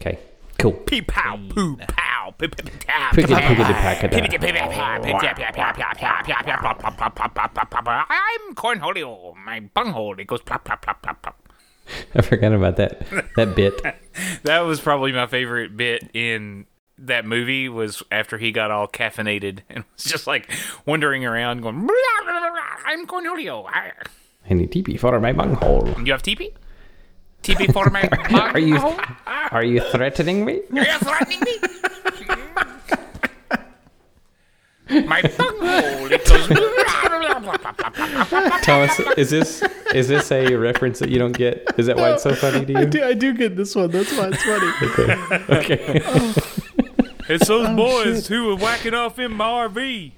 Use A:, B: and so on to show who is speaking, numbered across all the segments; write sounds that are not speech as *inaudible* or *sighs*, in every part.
A: Okay. Cool. *laughs*
B: Pee pow, poo pow, pip pip tap.
A: Pickety pickety packety.
B: I'm cornholio. My bunghole it goes plop plop plop plop plop.
A: I forgot about that. That bit.
B: That was probably my favorite bit in that movie was after he got all caffeinated and was just like wandering around going. "Blah, blah, blah, blah, I'm cornholio. I-
A: I need TP for my bunghole.
B: You have TP? TP for my
A: *laughs*
B: bunghole?
A: Are you are you threatening
C: *laughs*
A: me?
B: Are you threatening me? My bunghole it goes.
A: Thomas, is this is this a reference that you don't get? Is that why it's so funny to you?
C: I do, I do get this one. That's why it's funny.
A: Okay.
B: It's those
A: Oh,
B: boys who were whacking off in my RV.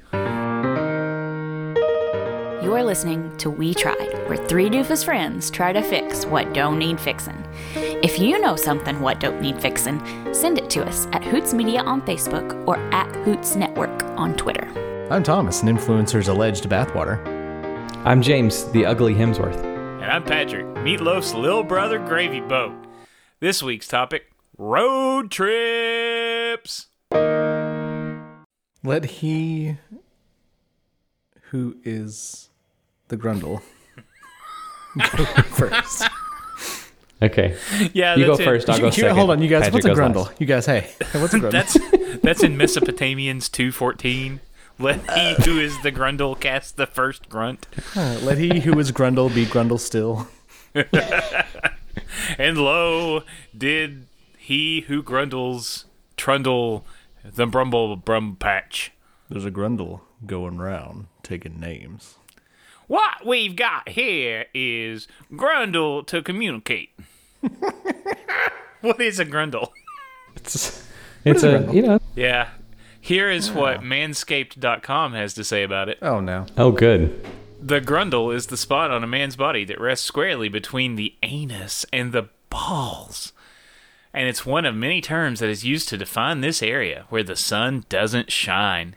D: You're listening to We Tried, where three doofus friends try to fix what don't need fixin'. If you know something what don't need fixin', send it to us at Hoots Media on Facebook or at Hoots Network on Twitter.
C: *laughs* I'm Thomas, an influencer's alleged bathwater.
A: I'm James, the ugly Hemsworth.
B: And I'm Patrick, Meatloaf's little brother, Gravy Boat. This week's topic road trips.
C: Let he who is the Grundle go *laughs* first.
A: Okay.
B: Yeah,
A: You go
B: that's it.
A: first. I'll
C: You-
A: go
C: you-
A: second.
C: hold on, you guys.
A: Patrick
C: what's a
A: goes
C: Grundle?
A: last.
C: You guys, hey, hey,
A: *laughs*
C: what's a Grundle?
B: That's that's in Mesopotamians 214. Let
A: Uh.
B: he who is the grundle cast the first grunt.
C: Uh, Let he who is Grundle be Grundle still.
B: And lo, did he who grundles trundle the brumble brum patch.
C: There's a Grundle going round taking names.
B: What we've got here is grundle to communicate. *laughs* what is a grundle?
A: It's, it's a you know.
B: Yeah. Here is what manscaped.com has to say about it.
C: Oh no!
A: Oh, good.
B: The grundle is the spot on a man's body that rests squarely between the anus and the balls. And it's one of many terms that is used to define this area where the sun doesn't shine.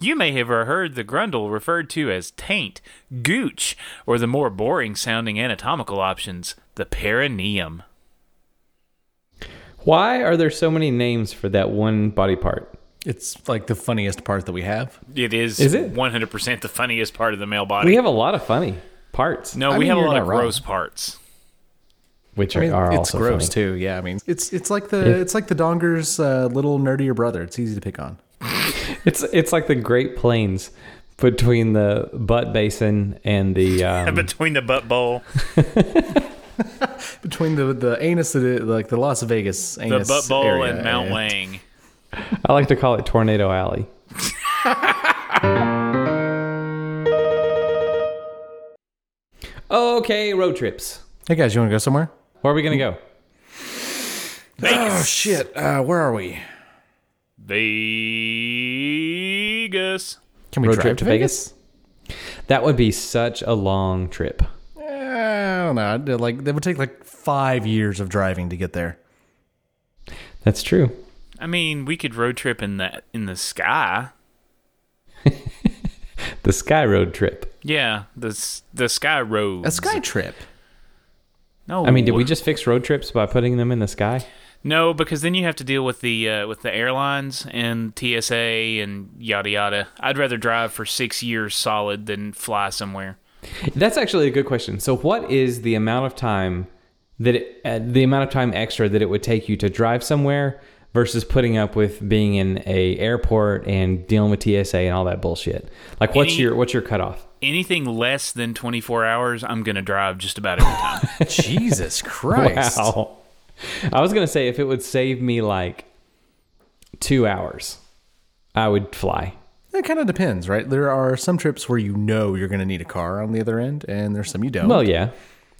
B: You may have heard the grundle referred to as taint, gooch, or the more boring sounding anatomical options, the perineum.
A: Why are there so many names for that one body part?
C: It's like the funniest part that we have.
B: It is,
A: Is it?
B: 100% the funniest part of the male body.
A: We have a lot of funny parts,
B: no,
C: I
B: we
C: mean,
B: have a
C: you're
B: lot
C: not
B: of
C: wrong.
B: gross parts.
A: which
C: I mean,
A: are
C: it's
A: also
C: gross
A: funny.
C: too. Yeah, I mean, it's it's like the it's like the Donger's uh, little nerdier brother. It's easy to pick on.
A: It's it's like the Great Plains between the butt basin and
C: *laughs*
A: the um,
B: *laughs* Between the butt bowl,
C: Between the the anus that it, like the Las Vegas
B: the
C: anus
B: butt bowl,
C: area,
B: and Mount
C: uh,
B: Wang.
A: I like to call it Tornado Alley. okay, road trips.
C: Hey guys, you want to go somewhere?
A: Where are we gonna go?
C: Oh shit! Uh, where are we?
B: Vegas.
C: Can we
A: Road
C: drive
A: trip to
C: to Vegas?
A: That would be such a long trip.
C: I don't know. I'd do, Like that would take like five years of driving to get there.
A: That's true.
B: I mean, we could road trip in the in the sky.
A: The Sky Road trip.
B: Yeah, the s- the sky road.
C: A sky trip.
B: No,
A: I mean, did we just fix road trips by putting them in the sky?
B: No, because then you have to deal with the uh, with the airlines and TSA and yada yada. I'd rather drive for six years solid than fly somewhere.
A: That's actually a good question. So, what is the amount of time that it, uh, the amount of time extra that it would take you to drive somewhere versus putting up with being in a airport and dealing with TSA and all that bullshit? Like, what's
B: Any-
A: your what's your cutoff?
B: Anything less than twenty four hours, I'm gonna drive just about *laughs* every time.
C: *laughs* Jesus Christ!
A: Wow. *laughs* I was gonna say if it would save me like two hours, I would fly.
C: It kind of depends, right? There are some trips where you know you're going to need a car on the other end, and there's some you don't.
A: Well, yeah,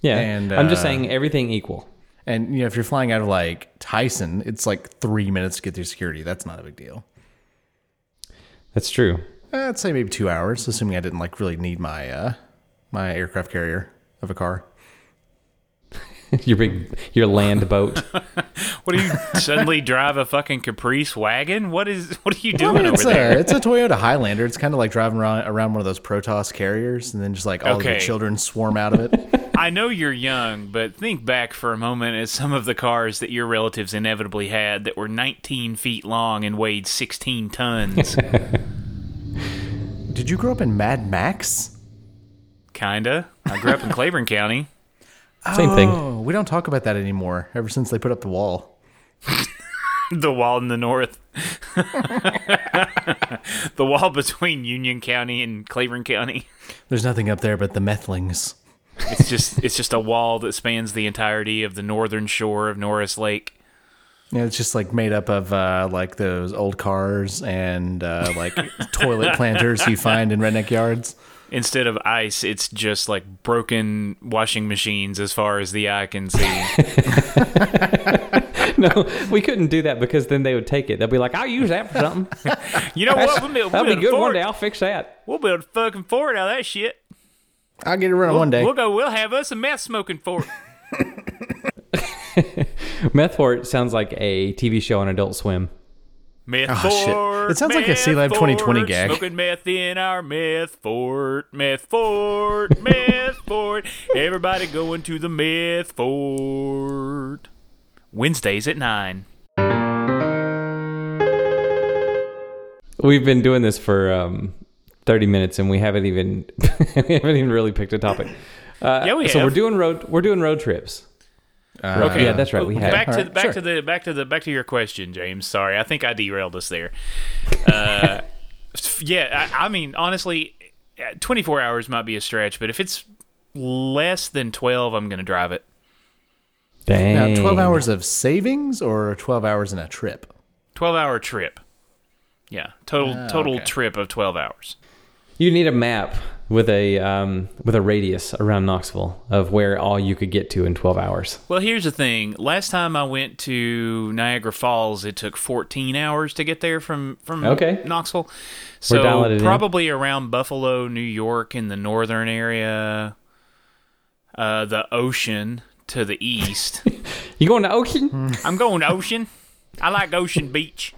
A: yeah.
C: And,
A: I'm just
C: uh,
A: saying everything equal.
C: And you know, if you're flying out of like Tyson, it's like three minutes to get through security. That's not a big deal.
A: That's true. *laughs*
C: Uh, I'd say maybe two hours, assuming I didn't like really need my uh, my aircraft carrier of a car.
A: your big your land boat.
C: *laughs*
B: What do you suddenly drive a fucking Caprice wagon? What is what are you doing over
C: it's
B: there?
C: a it's a Toyota Highlander. It's kind of like driving around, around one of those Protoss carriers, and then just like all of
B: Okay. *laughs*
C: your children swarm out of it.
B: I know you're young, but think back for a moment at some of the cars that your relatives inevitably had that were 19 feet long and weighed 16
A: *laughs*
B: tons.
C: Did you grow up in Mad Max?
B: Kinda. I grew up in Claiborne County.
A: Same thing.
C: Oh, we don't talk about that anymore. Ever since they put up the wall.
B: The wall in the north. *laughs* the wall between Union County and Claiborne County.
C: There's nothing up there but the methlings.
B: It's just it's just a wall that spans the entirety of the northern shore of Norris Lake.
C: Yeah, it's just like made up of uh, like those old cars and uh,
B: *laughs*
C: like toilet planters you find in redneck yards.
B: Instead of ice, it's just like broken washing machines as far as the eye can see.
A: *laughs* No, we couldn't do that because then they would take it. They'll be like, I'll use that for
B: *laughs*
A: something. *laughs*
B: You know what? We'll build, we'll
A: That'll be
B: build a
A: good one
B: Ford.
A: day. I'll fix that.
B: We'll build a fucking Ford out of that shit.
C: I'll get it running one day.
B: We'll go. We'll have us a meth smoking
C: *laughs*
B: Ford.
A: Meth Fort sounds like a TV show on Adult Swim.
B: Meth
C: Oh, shit.
B: Ford.
C: It sounds like a
B: meth
C: C-Lab 2020
B: Ford,
C: gag.
B: Smoking meth in our meth Ford. Meth Ford. *laughs* meth Ford. Everybody going to the meth Ford. Wednesdays at nine.
A: We've been doing this for um, 30 minutes and we haven't even *laughs* we haven't even really picked a topic. Uh,
B: Yeah, we
A: so
B: have.
A: we're doing road we're doing road trips.
B: Okay.
A: yeah, that's right. We have.
B: Back to
C: All
B: the,
C: right,
B: back
C: sure.
B: to the back to the back to your question, James. Sorry, I think I derailed us there. Uh, *laughs* f- yeah, I, I mean, honestly, uh, 24 hours might be a stretch, but if it's less than 12, I'm going to drive it.
A: Dang.
C: Now, 12 hours of savings or 12 hours in a trip?
B: 12 hour trip. Yeah, total
C: Ah,
B: total trip of 12 hours.
A: You need a map with a um, with a radius around Knoxville of where all you could get to in 12 hours.
B: Well, here's the thing. Last time I went to Niagara Falls, it took 14 hours to get there from from
A: Okay.
B: Knoxville. So
A: dialing it in.
B: probably around Buffalo, New York, in the northern area, uh, the ocean to the
A: *laughs*
B: east.
A: You going to Oakland?
B: I'm going to ocean. I like Ocean Beach.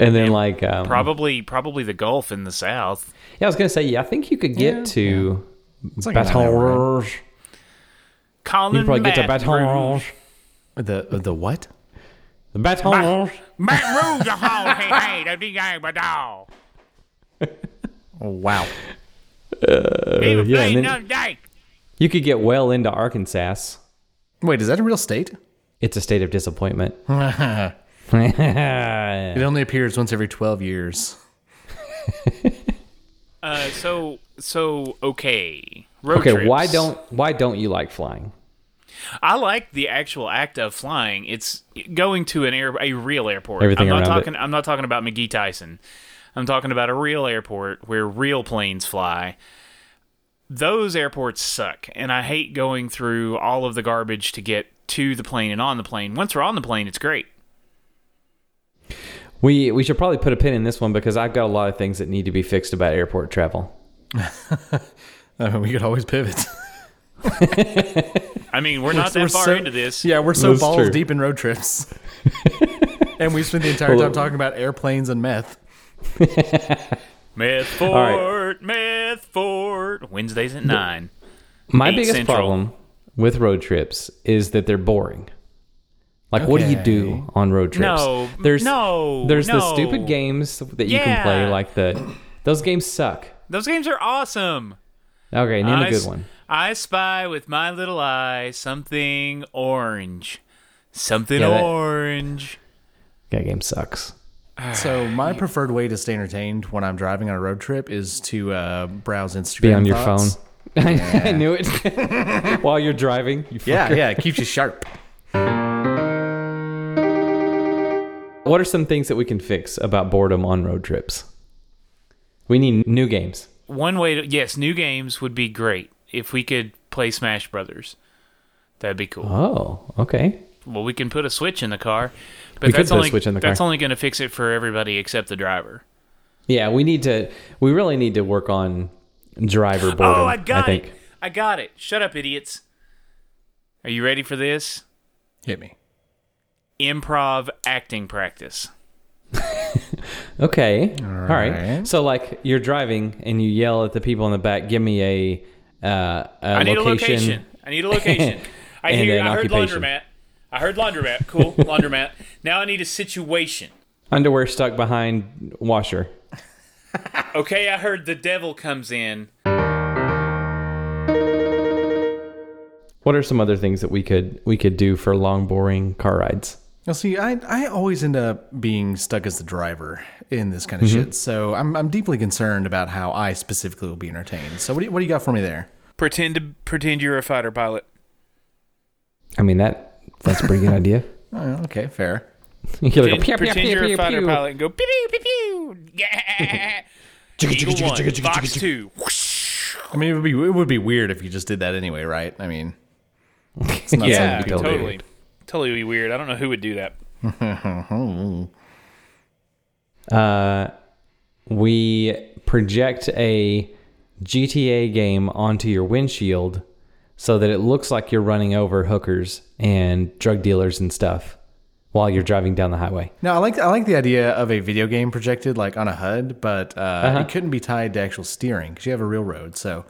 A: And then like um,
B: Probably probably the Gulf in the south.
A: Yeah, I was gonna say, yeah, I think you could get to
C: like a
A: Baton
C: nine-hour ride.
A: Rouge.
B: Colin
A: You could probably get to
B: Baton
A: Baton
B: Rouge.
A: Rouge.
C: The the what?
A: The Baton Rouge.
B: Baton Rouge, the hall. Hey, hey, the DJ Badal.
C: Oh, wow.
B: He was
A: Uh, yeah,
B: playing
A: and
B: the
A: then-
B: other day.
A: You could get well into Arkansas.
C: Wait, is that a real state? *laughs*
A: It's a state of disappointment. *laughs*
C: it
A: yeah,
C: only appears once every 12 years.
B: Uh, so so okay. Road
A: okay,
B: trips.
A: why don't why don't you like flying?
B: I like the actual act of flying? It's going to an air a real airport.
A: Everything
B: I'm not
A: around it.
B: talking. I'm not talking about McGee Tyson. I'm talking about a real airport where real planes fly. Those airports suck, and I hate going through all of the garbage to get to the plane and on the plane. Once we're on the plane, it's great.
A: We we should probably put a pin in this one because I've got a lot of things that need to be fixed about airport travel.
C: I mean, we could always pivot.
B: I mean,
A: *laughs*
B: we're not that
C: *laughs* We're
B: far
C: so-
B: into this.
C: Yeah, we're so
A: That's
C: balls
A: true.
C: deep in
A: *laughs*
C: road trips. and we spent the entire
A: Well,
C: time talking about airplanes
B: *sighs*
C: and meth.
B: Meth
A: right.
B: Fort, Meth Fort. Wednesdays at nine.
A: My
B: Eight
A: biggest
B: Central.
A: problem with road trips is that they're boring. Like, what do you
C: Okay.
A: do on road trips?
B: No,
A: there's
B: no,
A: there's the
B: no.
A: stupid games that you can play.
B: Yeah.
A: Like the those games suck.
B: Those games are awesome.
A: Okay, name
B: I
A: a good
B: s-
A: one.
B: I spy with my little eye something orange. Something
A: Yeah, that-
B: orange.
A: That game sucks.
C: So my preferred way to stay entertained when I'm driving on a road trip is to uh, browse Instagram.
A: Be on your
C: thoughts.
A: phone. *laughs* I knew it. *laughs* While you're driving, you
C: Yeah,
A: fucker.
C: yeah, it keeps you sharp.
A: What are some things that we can fix about boredom on road trips? We need new games.
B: One way to yes, new games would be great if we could play Smash Brothers. That'd be cool.
A: Oh, okay.
B: Well, we can put a Switch in the car, but
A: We could
B: that's
A: put a
B: only
A: Switch in the
B: that's
A: car.
B: only going to fix it for everybody except the driver.
A: Yeah, we need to. We really need to work on driver boredom.
B: oh, I got
A: think.
B: it. I got it. Shut up, idiots. Are you ready for this?
C: Hit me.
B: Improv acting practice.
A: Okay. All right.
C: right.
A: So like you're driving and you yell at the people in the back, "Give me a uh, a
B: I
A: location.
B: need a location. I need
A: *laughs*
B: a location. I
A: And
B: hear.
A: an
B: I heard
A: occupation.
B: laundromat. I heard
A: *laughs*
B: laundromat. Cool, laundromat. Now I need a situation.
A: Underwear stuck behind washer.
B: Okay, I heard the devil comes in.
A: What are some other things that we could we could do for long boring car rides?
C: Now, see, I, I always end up being stuck as the driver in this kind of
A: Mm-hmm.
C: shit. So I'm, I'm deeply concerned about how I specifically will be entertained. So what do you, what do you got for me there?
B: Pretend to pretend you're a fighter pilot.
A: I mean that that's a pretty good idea. *laughs*
C: Oh, okay, fair.
A: You're like,
B: Pretend,
A: "Pew, pew,
B: pretend
A: pew,
B: you're
A: pew,
B: a fighter
A: pew."
B: pilot and go pew
A: *laughs*
B: pew pew pew. Yeah. Eagle one, box two. Whoosh.
C: I mean, it would be it would be weird if you just did that anyway, right? I mean,
A: *laughs*
C: it's not
B: Yeah,
C: something you
A: totally
C: totally.
B: totally, totally be weird. I don't know who would do that.
A: Uh, we project a GTA game onto your windshield so that it looks like you're running over hookers and drug dealers and stuff while you're driving down the highway.
C: No, I like I like the idea of a video game projected like on a HUD, but uh,
A: Uh-huh.
C: it couldn't be tied to actual steering because you have a real road. So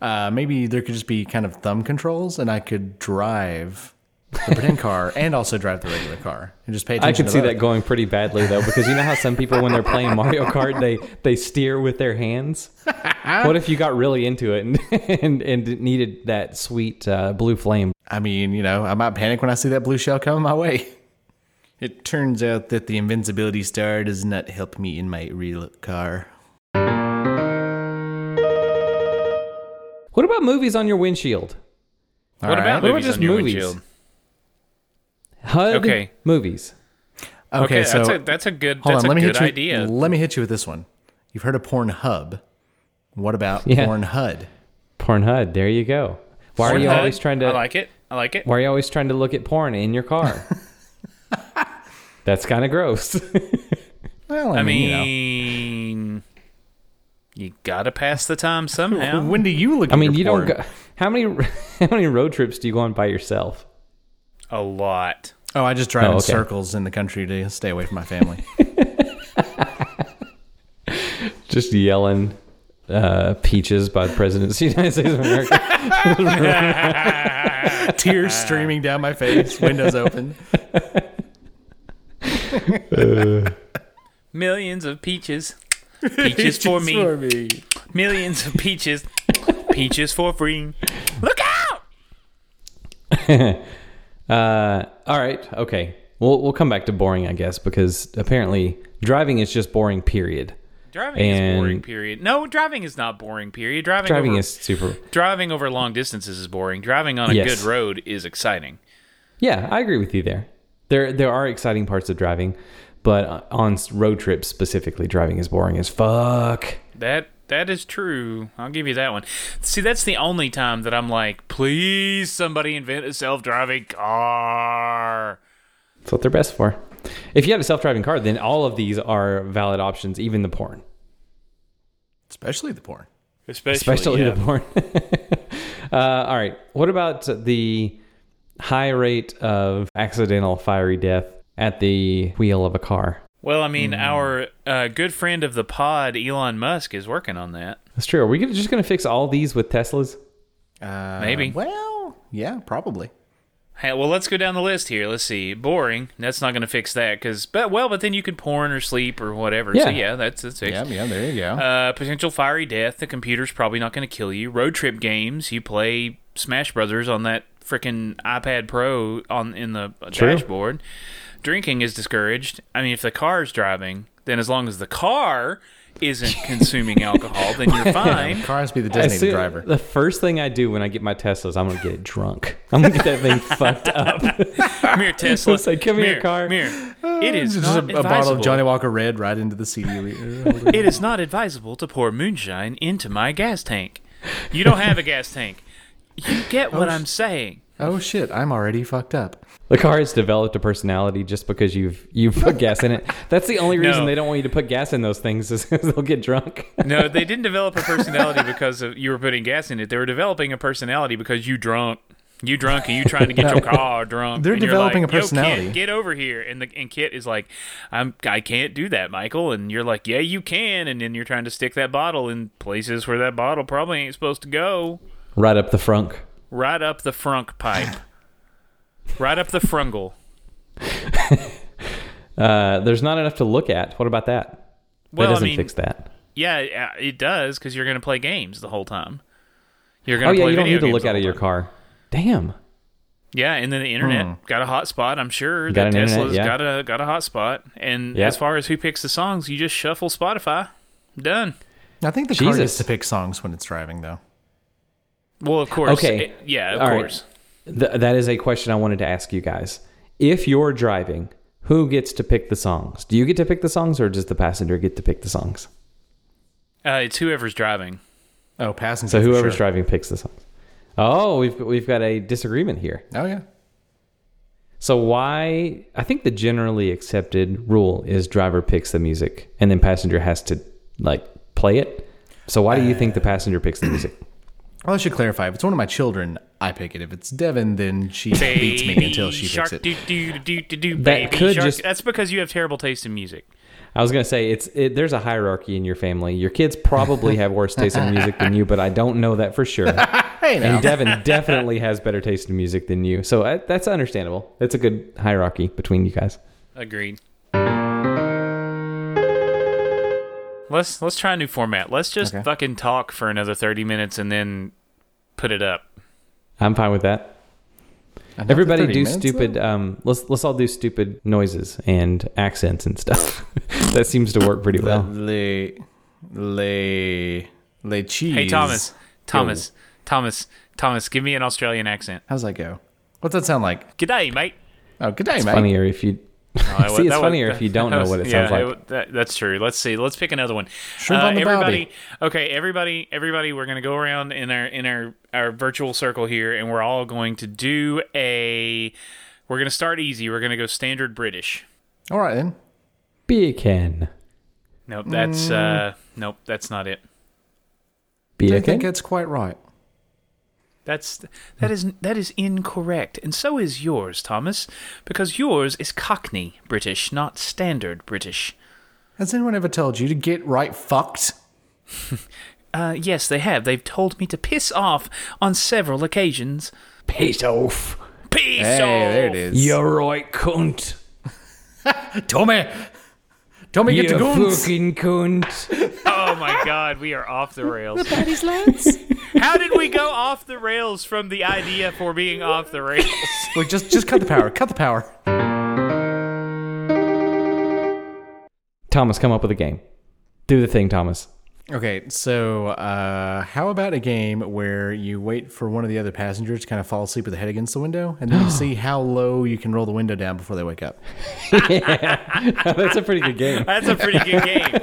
C: uh, maybe there could just be kind of thumb controls, and I could drive
A: *laughs*
C: the pretend car and also drive the regular car and just pay attention.
A: I could
C: to
A: see
C: both.
A: that going pretty badly though, because you know how some people when they're playing Mario Kart they they steer with their
B: *laughs*
A: hands. What if you got really into it and and, *laughs* and needed that sweet uh, blue flame?
C: I mean, you know, I might panic when I see that blue shell coming my way. It turns out that the invincibility star does not help me in my real car.
A: What about movies on your windshield?
C: All
B: what
C: right.
B: about
A: What about
B: movies
A: just
B: on your
A: movies?
B: windshield?
A: HUD
B: Okay.
A: movies.
C: Okay, so
B: that's a that's a good
C: hold
B: that's
C: on,
B: a
C: let me
B: good
C: hit you.
B: idea.
C: Let me hit you with this one. You've heard of Porn Hub. What about
A: Yeah.
C: Porn HUD?
A: Porn HUD. There you go. Why are you
B: Pornhub,
A: always trying to?
B: I like it. I like it.
A: why are you always trying to look at porn in your
B: *laughs*
A: car? That's kind of gross.
C: Well, I,
B: I
C: mean, you
B: mean, you gotta pass the time somehow.
C: know. *laughs* when do you look?
A: I mean,
C: at
A: you
C: your
A: don't.
C: porn?
A: Go, how many *laughs* how many road trips do you go on by yourself?
B: A lot.
C: Oh, I just drive
A: Oh,
C: in
A: okay.
C: circles in the country to stay away from my
B: *laughs*
C: family.
A: Just yelling uh, peaches by the president of the *laughs* United States of America.
C: Tears streaming down my face, windows open.
B: Millions of peaches. Peaches, for me.
C: me.
B: Millions of peaches. peaches for free. Look out!
A: Uh, all right. Okay. We'll we'll come back to boring, I guess, because apparently driving is just boring. Period.
B: Driving is
A: And-
B: boring. Period. No, driving is not boring. Period. Driving.
A: Driving
B: over,
A: is super.
B: driving over long distances is boring. Driving on a
A: Yes.
B: good road is exciting.
A: Yeah, I agree with you there. There there are exciting parts of driving, but on s- road trips specifically, driving is boring as fuck.
B: That that is true. I'll give you that one. See, that's the only time that I'm like, please, somebody invent a self-driving car.
A: That's what they're best for. If you had a self-driving car, then all of these are valid options, even the porn,
C: Especially the porn.
B: Especially,
A: especially
B: yeah.
A: the porn. *laughs* uh, all right, what about the high rate of accidental fiery death at the wheel of a car?
B: Well, I
A: Hmm.
B: mean, our uh, good friend of the pod, Elon Musk, is working on that.
A: That's true. Are we gonna, just going to fix all these with Teslas?
C: Uh,
B: Maybe.
C: Well, yeah, probably.
B: Hey, well, let's go down the list here. Let's see. Boring. That's not going to fix that because, but well, but then you could porn or sleep or whatever. So
A: Yeah.
B: yeah, that's that's fixed.
C: Yeah, yeah. There you go.
B: Uh, potential fiery death. The computer's probably not going to kill you. Road trip games. You play Smash Brothers on that freaking iPad Pro on in the dashboard. Drinking is discouraged. I mean, if the car's driving, then as long as the car
C: *laughs*
B: isn't consuming alcohol, then you're fine.
C: Car has to be the
A: As
C: designated
A: soon-
C: driver.
A: The first thing I do when I get my Teslas, I'm gonna get it drunk. *laughs* I'm gonna get that thing fucked up.
B: Come
C: *laughs*
B: here, Tesla.
A: It's like, come here, car.
B: Come here. It is
C: Just a,
B: not
C: Uh, a bottle of
B: advisable-
C: Johnny Walker Red right into the CD. *laughs* reader.
B: It is not advisable to pour moonshine into my gas tank. You don't have a gas tank. You get
C: *laughs*
B: what I'm saying.
C: oh shit! I'm already fucked up.
A: *laughs* The car has developed a personality just because you've you put gas in it. That's the *laughs* only reason
B: No.
A: they don't want you to put gas in those things is *laughs* 'cause they'll get drunk.
B: No, they didn't develop a personality because of, you were putting gas in it. They were developing a personality because you drunk. You drunk and you trying to
A: *laughs*
B: get your car drunk.
C: They're
B: and you're
C: developing
B: like,
C: a
B: "Yo,
C: personality."
B: Kit, get over here, and the and Kit is like, "I'm I can't do that, Michael." And you're like, "Yeah, you can." And then you're trying to stick that bottle in places where that bottle probably ain't supposed to go.
A: right up the frunk.
B: Right up the frunk
A: *laughs*
B: pipe. right up the frungle.
A: Uh, there's not enough to look at. What about that?
B: Well, I
A: that doesn't
B: mean,
A: fix that.
B: Yeah, it- uh, it does because you're going to play games the whole time. You're going
A: Oh
B: to
A: yeah,
B: play
A: you don't
B: video
A: need to
B: games
A: look
B: the
A: out of
B: whole
A: your
B: time.
A: car. Damn.
B: Yeah, and then the internet got a hot spot. I'm sure
A: Hmm. Got
B: that
A: an internet,
B: Tesla's
A: yeah.
B: got a got a hot spot. And
A: Yeah.
B: as far as who picks the songs, you just shuffle Spotify. Done.
C: I think the car
A: Jesus.
C: gets to pick songs when it's driving, though.
B: Well, of course.
A: Okay.
B: it- yeah, of
A: All right.
B: course.
A: Th- that is a question I wanted to ask you guys. If you're driving, who gets to pick the songs? Do you get to pick the songs, or does the passenger get to pick the songs?
B: Uh, it's
A: *laughs*
B: whoever's driving.
C: Oh, passenger.
A: So
C: for
A: whoever's
C: sure.
A: driving picks the songs. Oh, we've we've got a disagreement here.
C: Oh yeah.
A: So why? I think the generally accepted rule is driver picks the music, and then passenger has to like play it. So why do you think the passenger picks the music?
C: Well, I should clarify. If it's one of my children, I pick it. If it's Devin, then she beats me
B: Baby
C: until she
B: shark,
C: picks it.
B: Do, do, do, do, do,
A: That
B: baby
A: could
B: shark.
A: just-
B: That's because you have terrible taste in music.
A: I was gonna say it's it, there's a hierarchy in your family. Your kids probably have worse taste in music than you, but I don't know that for sure.
C: Hey, now.
A: And Devin definitely has better taste in music than you, so uh, that's understandable. That's a good hierarchy between you guys.
B: Agreed. Let's let's try a new format. Let's just
C: Okay.
B: fucking talk for another thirty minutes and then put it up.
A: I'm fine with that.
C: Another
A: Everybody
C: 30
A: do
C: minutes,
A: stupid.
C: though?
A: Um, let's let's all do stupid noises and accents and stuff. *laughs* that seems to work pretty well.
C: Uh, *laughs* Le, le, le cheese.
B: Hey Thomas, Thomas, Thomas, Thomas, give me an Australian accent.
C: How's that go? What's that sound like?
B: G'day, mate.
C: Oh, good day, mate.
A: funnier if you *laughs*
B: I wa-
A: see. It's
B: that wa-
A: funnier if you don't
B: that *laughs*
A: know
B: was-
A: what it
B: yeah,
A: sounds
B: it
A: like.
B: wa- that- that's true. Let's see. Let's pick another one. Uh,
C: Shrimp on the
B: everybody, okay, everybody, everybody, we're gonna go around in our in our our virtual circle here, and we're all going to do a. We're gonna start easy. We're gonna go standard British.
C: All right then.
A: Beacon.
B: Nope, that's
A: Mm.
B: uh, nope, that's not it.
C: I think
A: Beacon.
C: it's quite right.
B: That's that is that is incorrect, and so is yours, Thomas, because yours is Cockney British, not standard British.
C: Has anyone ever told you to get right fucked?
B: Uh, yes, they have. They've told me to piss off on several occasions.
A: Piss off.
B: Piss
C: Hey,
B: off.
C: there it is.
A: right, cunt.
C: Tommy. Tommy, get the guns.
A: cunt.
B: Oh my God, we are off the rails. the lads.
C: *laughs*
B: How did we go off the rails from the idea for being off the rails?
C: Look, just just cut the power. Cut the power.
A: Thomas, come up with a game. Do the thing, Thomas. *laughs*
C: Okay, so uh, how about a game where you wait for one of the other passengers to kind of fall asleep with their head against the window, and then *gasps* you see how low you can roll the window down before they wake up?
A: That's a pretty good game.
B: *laughs* That's a pretty
A: *laughs*
B: good game.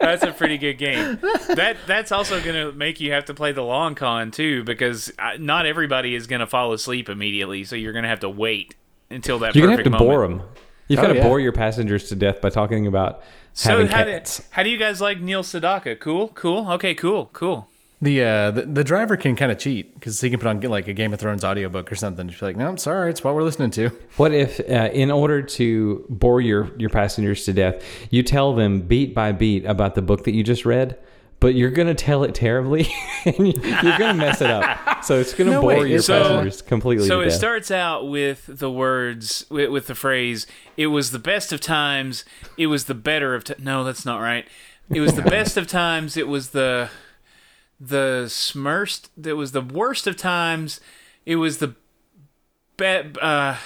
B: That's a pretty good game. That that's also going to make you have to play the long con too, because uh, not everybody is going to fall asleep immediately. So you're going to have to wait until that.
A: You're gonna have
B: perfect
A: to
B: moment.
A: bore them. You've
C: Oh,
A: got to
C: yeah.
A: bore your passengers to death by talking about
B: So
A: having
B: how do,
A: cats.
B: how do you guys like Neil Sedaka? Cool, cool. Okay, cool, cool.
C: The uh, the, the driver can kind of cheat because he can put on like a Game of Thrones audiobook or something. Just be like, no, I'm sorry, it's what we're listening to.
A: What if, uh, in order to bore your, your passengers to death, you tell them beat by beat about the book that you just read, but you're going to tell it terribly *laughs* and you, you're going to mess it up. So it's going to
C: No
A: bore
C: way.
A: your
C: So-
A: passengers completely
B: So
A: to
B: it
A: death.
B: starts out with the words with, with the phrase "It was the best of times. It was the better of t-. no, that's not right. It was the best of times. It was the the smirst. It was the worst of times. It was the be- uh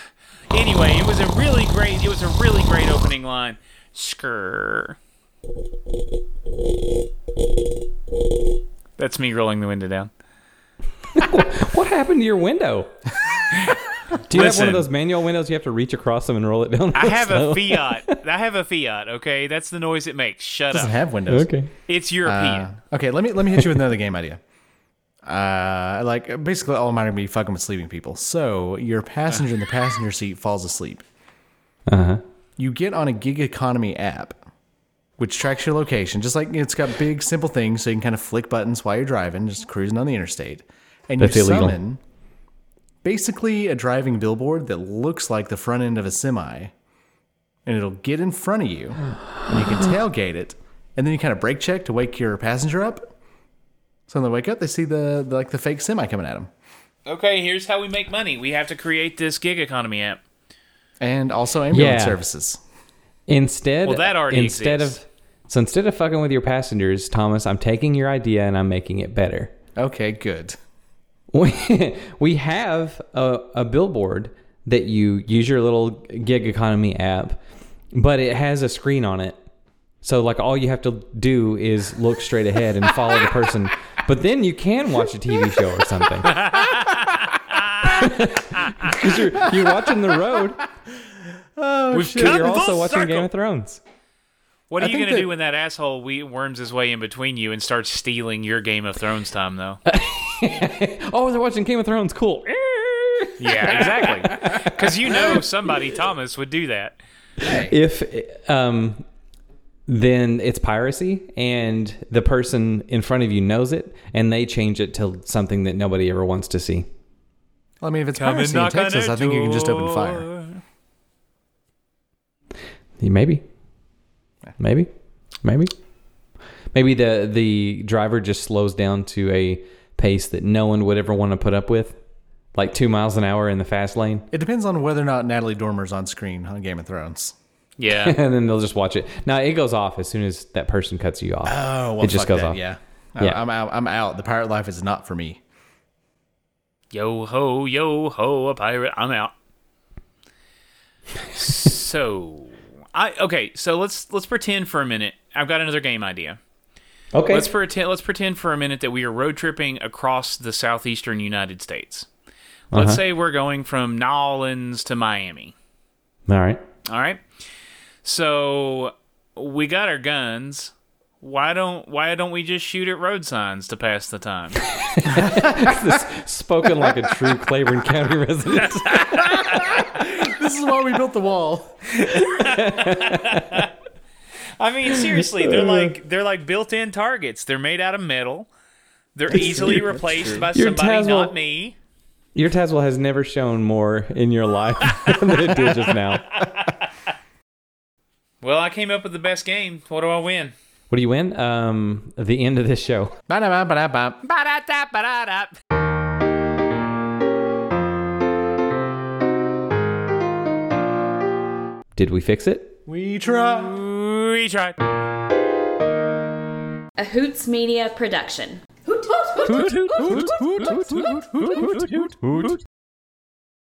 B: Anyway, it was a really great. It was a really great opening line. Skrr. That's me rolling the window down.
A: what happened to your
B: *laughs*
A: window? Do you have one
B: Listen.
A: of those manual windows you have to reach across them and roll it down? *laughs*
B: I have a
A: fee.
B: Fiat. I have a Fiat. Okay, that's the noise it makes. Shut
C: Doesn't *laughs*
B: up.
C: have windows.
A: Okay.
B: it's European.
C: Uh, okay, let me let me hit you with another game idea. Uh, like basically all mine are gonna be fucking with sleeping people. So your passenger in the passenger seat falls asleep.
A: Uh huh.
C: You get on a gig economy app, which tracks your location. Just like it's got big simple things, so you can kind of flick buttons while you're driving, just cruising on the interstate. And
A: That's
C: you
A: illegal.
C: summon basically a driving billboard that looks like the front end of a semi, and it'll get in front of you, and you can tailgate it, and then you kind of brake check to wake your passenger up. So when they wake up, they see the, the like the fake semi coming at them,
B: Okay, here's how we make money. We have to create this gig economy app.
C: and also ambulance
A: Yeah.
C: services.
A: Instead,
B: Well, that already
A: instead
B: exists.
A: of so instead of fucking with your passengers, Thomas, I'm taking your idea and I'm making it better.
C: Okay, good.
A: We, *laughs* we have a, a billboard that you use your little gig economy app, but it has a screen on it. So like all you have to do is look straight ahead and follow the person. But then you can watch a TV show or something. *laughs* 'Cause you're, you're watching the road,
B: We've
A: but Oh, you're also watching Game of Thrones.
B: What are
C: I
B: you
C: think
B: going to
C: that-
B: do when that asshole we worms his way in between you and starts stealing your Game of Thrones time, though?
A: Oh, they're watching Game of Thrones. Cool.
B: yeah, exactly. Because you know somebody, Thomas, would do that.
A: if um then it's piracy and the person in front of you knows it and they change it to something that nobody ever wants to see
C: Well, I mean, if it's piracy in Texas, I think you can just open fire.
A: maybe maybe maybe maybe the the driver just slows down to a pace that no one would ever want to put up with like two miles an hour in the fast lane *laughs*
C: It depends on whether or not Natalie Dormer's on screen on Game of Thrones.
B: Yeah.
A: and then they'll just watch it now it goes off as soon as that person cuts you off
C: Oh, well,
A: It just
C: fuck
A: goes
C: that,
A: off.
C: Yeah,
A: Yeah.
C: I, am out. I'm out. The pirate life is not for me.
B: yo ho, yo ho, a pirate. I'm out. so, I okay. So let's let's pretend for a minute. I've got another game idea.
A: okay
B: Let's pretend. Let's pretend for a minute that we are road tripping across the southeastern United States. Let's say we're going from New Orleans to Miami.
A: all right *laughs*
B: All right. So we got our guns. Why don't Why don't we just shoot at road signs to pass the time?
A: spoken like a true claiborne county *laughs* resident
C: This is why we built the wall.
B: I mean, seriously, they're like they're like built-in targets. They're made out of metal. They're easily replaced by
A: Your
B: somebody,
A: Tasman-
B: not me.
A: Your Tazwell has never shown more in your life than it did just now.
B: Well, I came up with the best game. What do I win?
A: What do you win? Um, the end of this show.
C: Ba-da-ba-ba-da-ba.
B: Ba-da-da-ba-da-da.
A: Did we fix it?
C: We try.
B: We tried.
D: A Hoots Media production.
A: Hoot, hoot, hoot, hoot, hoot, hoot, hoot, hoot, hoot.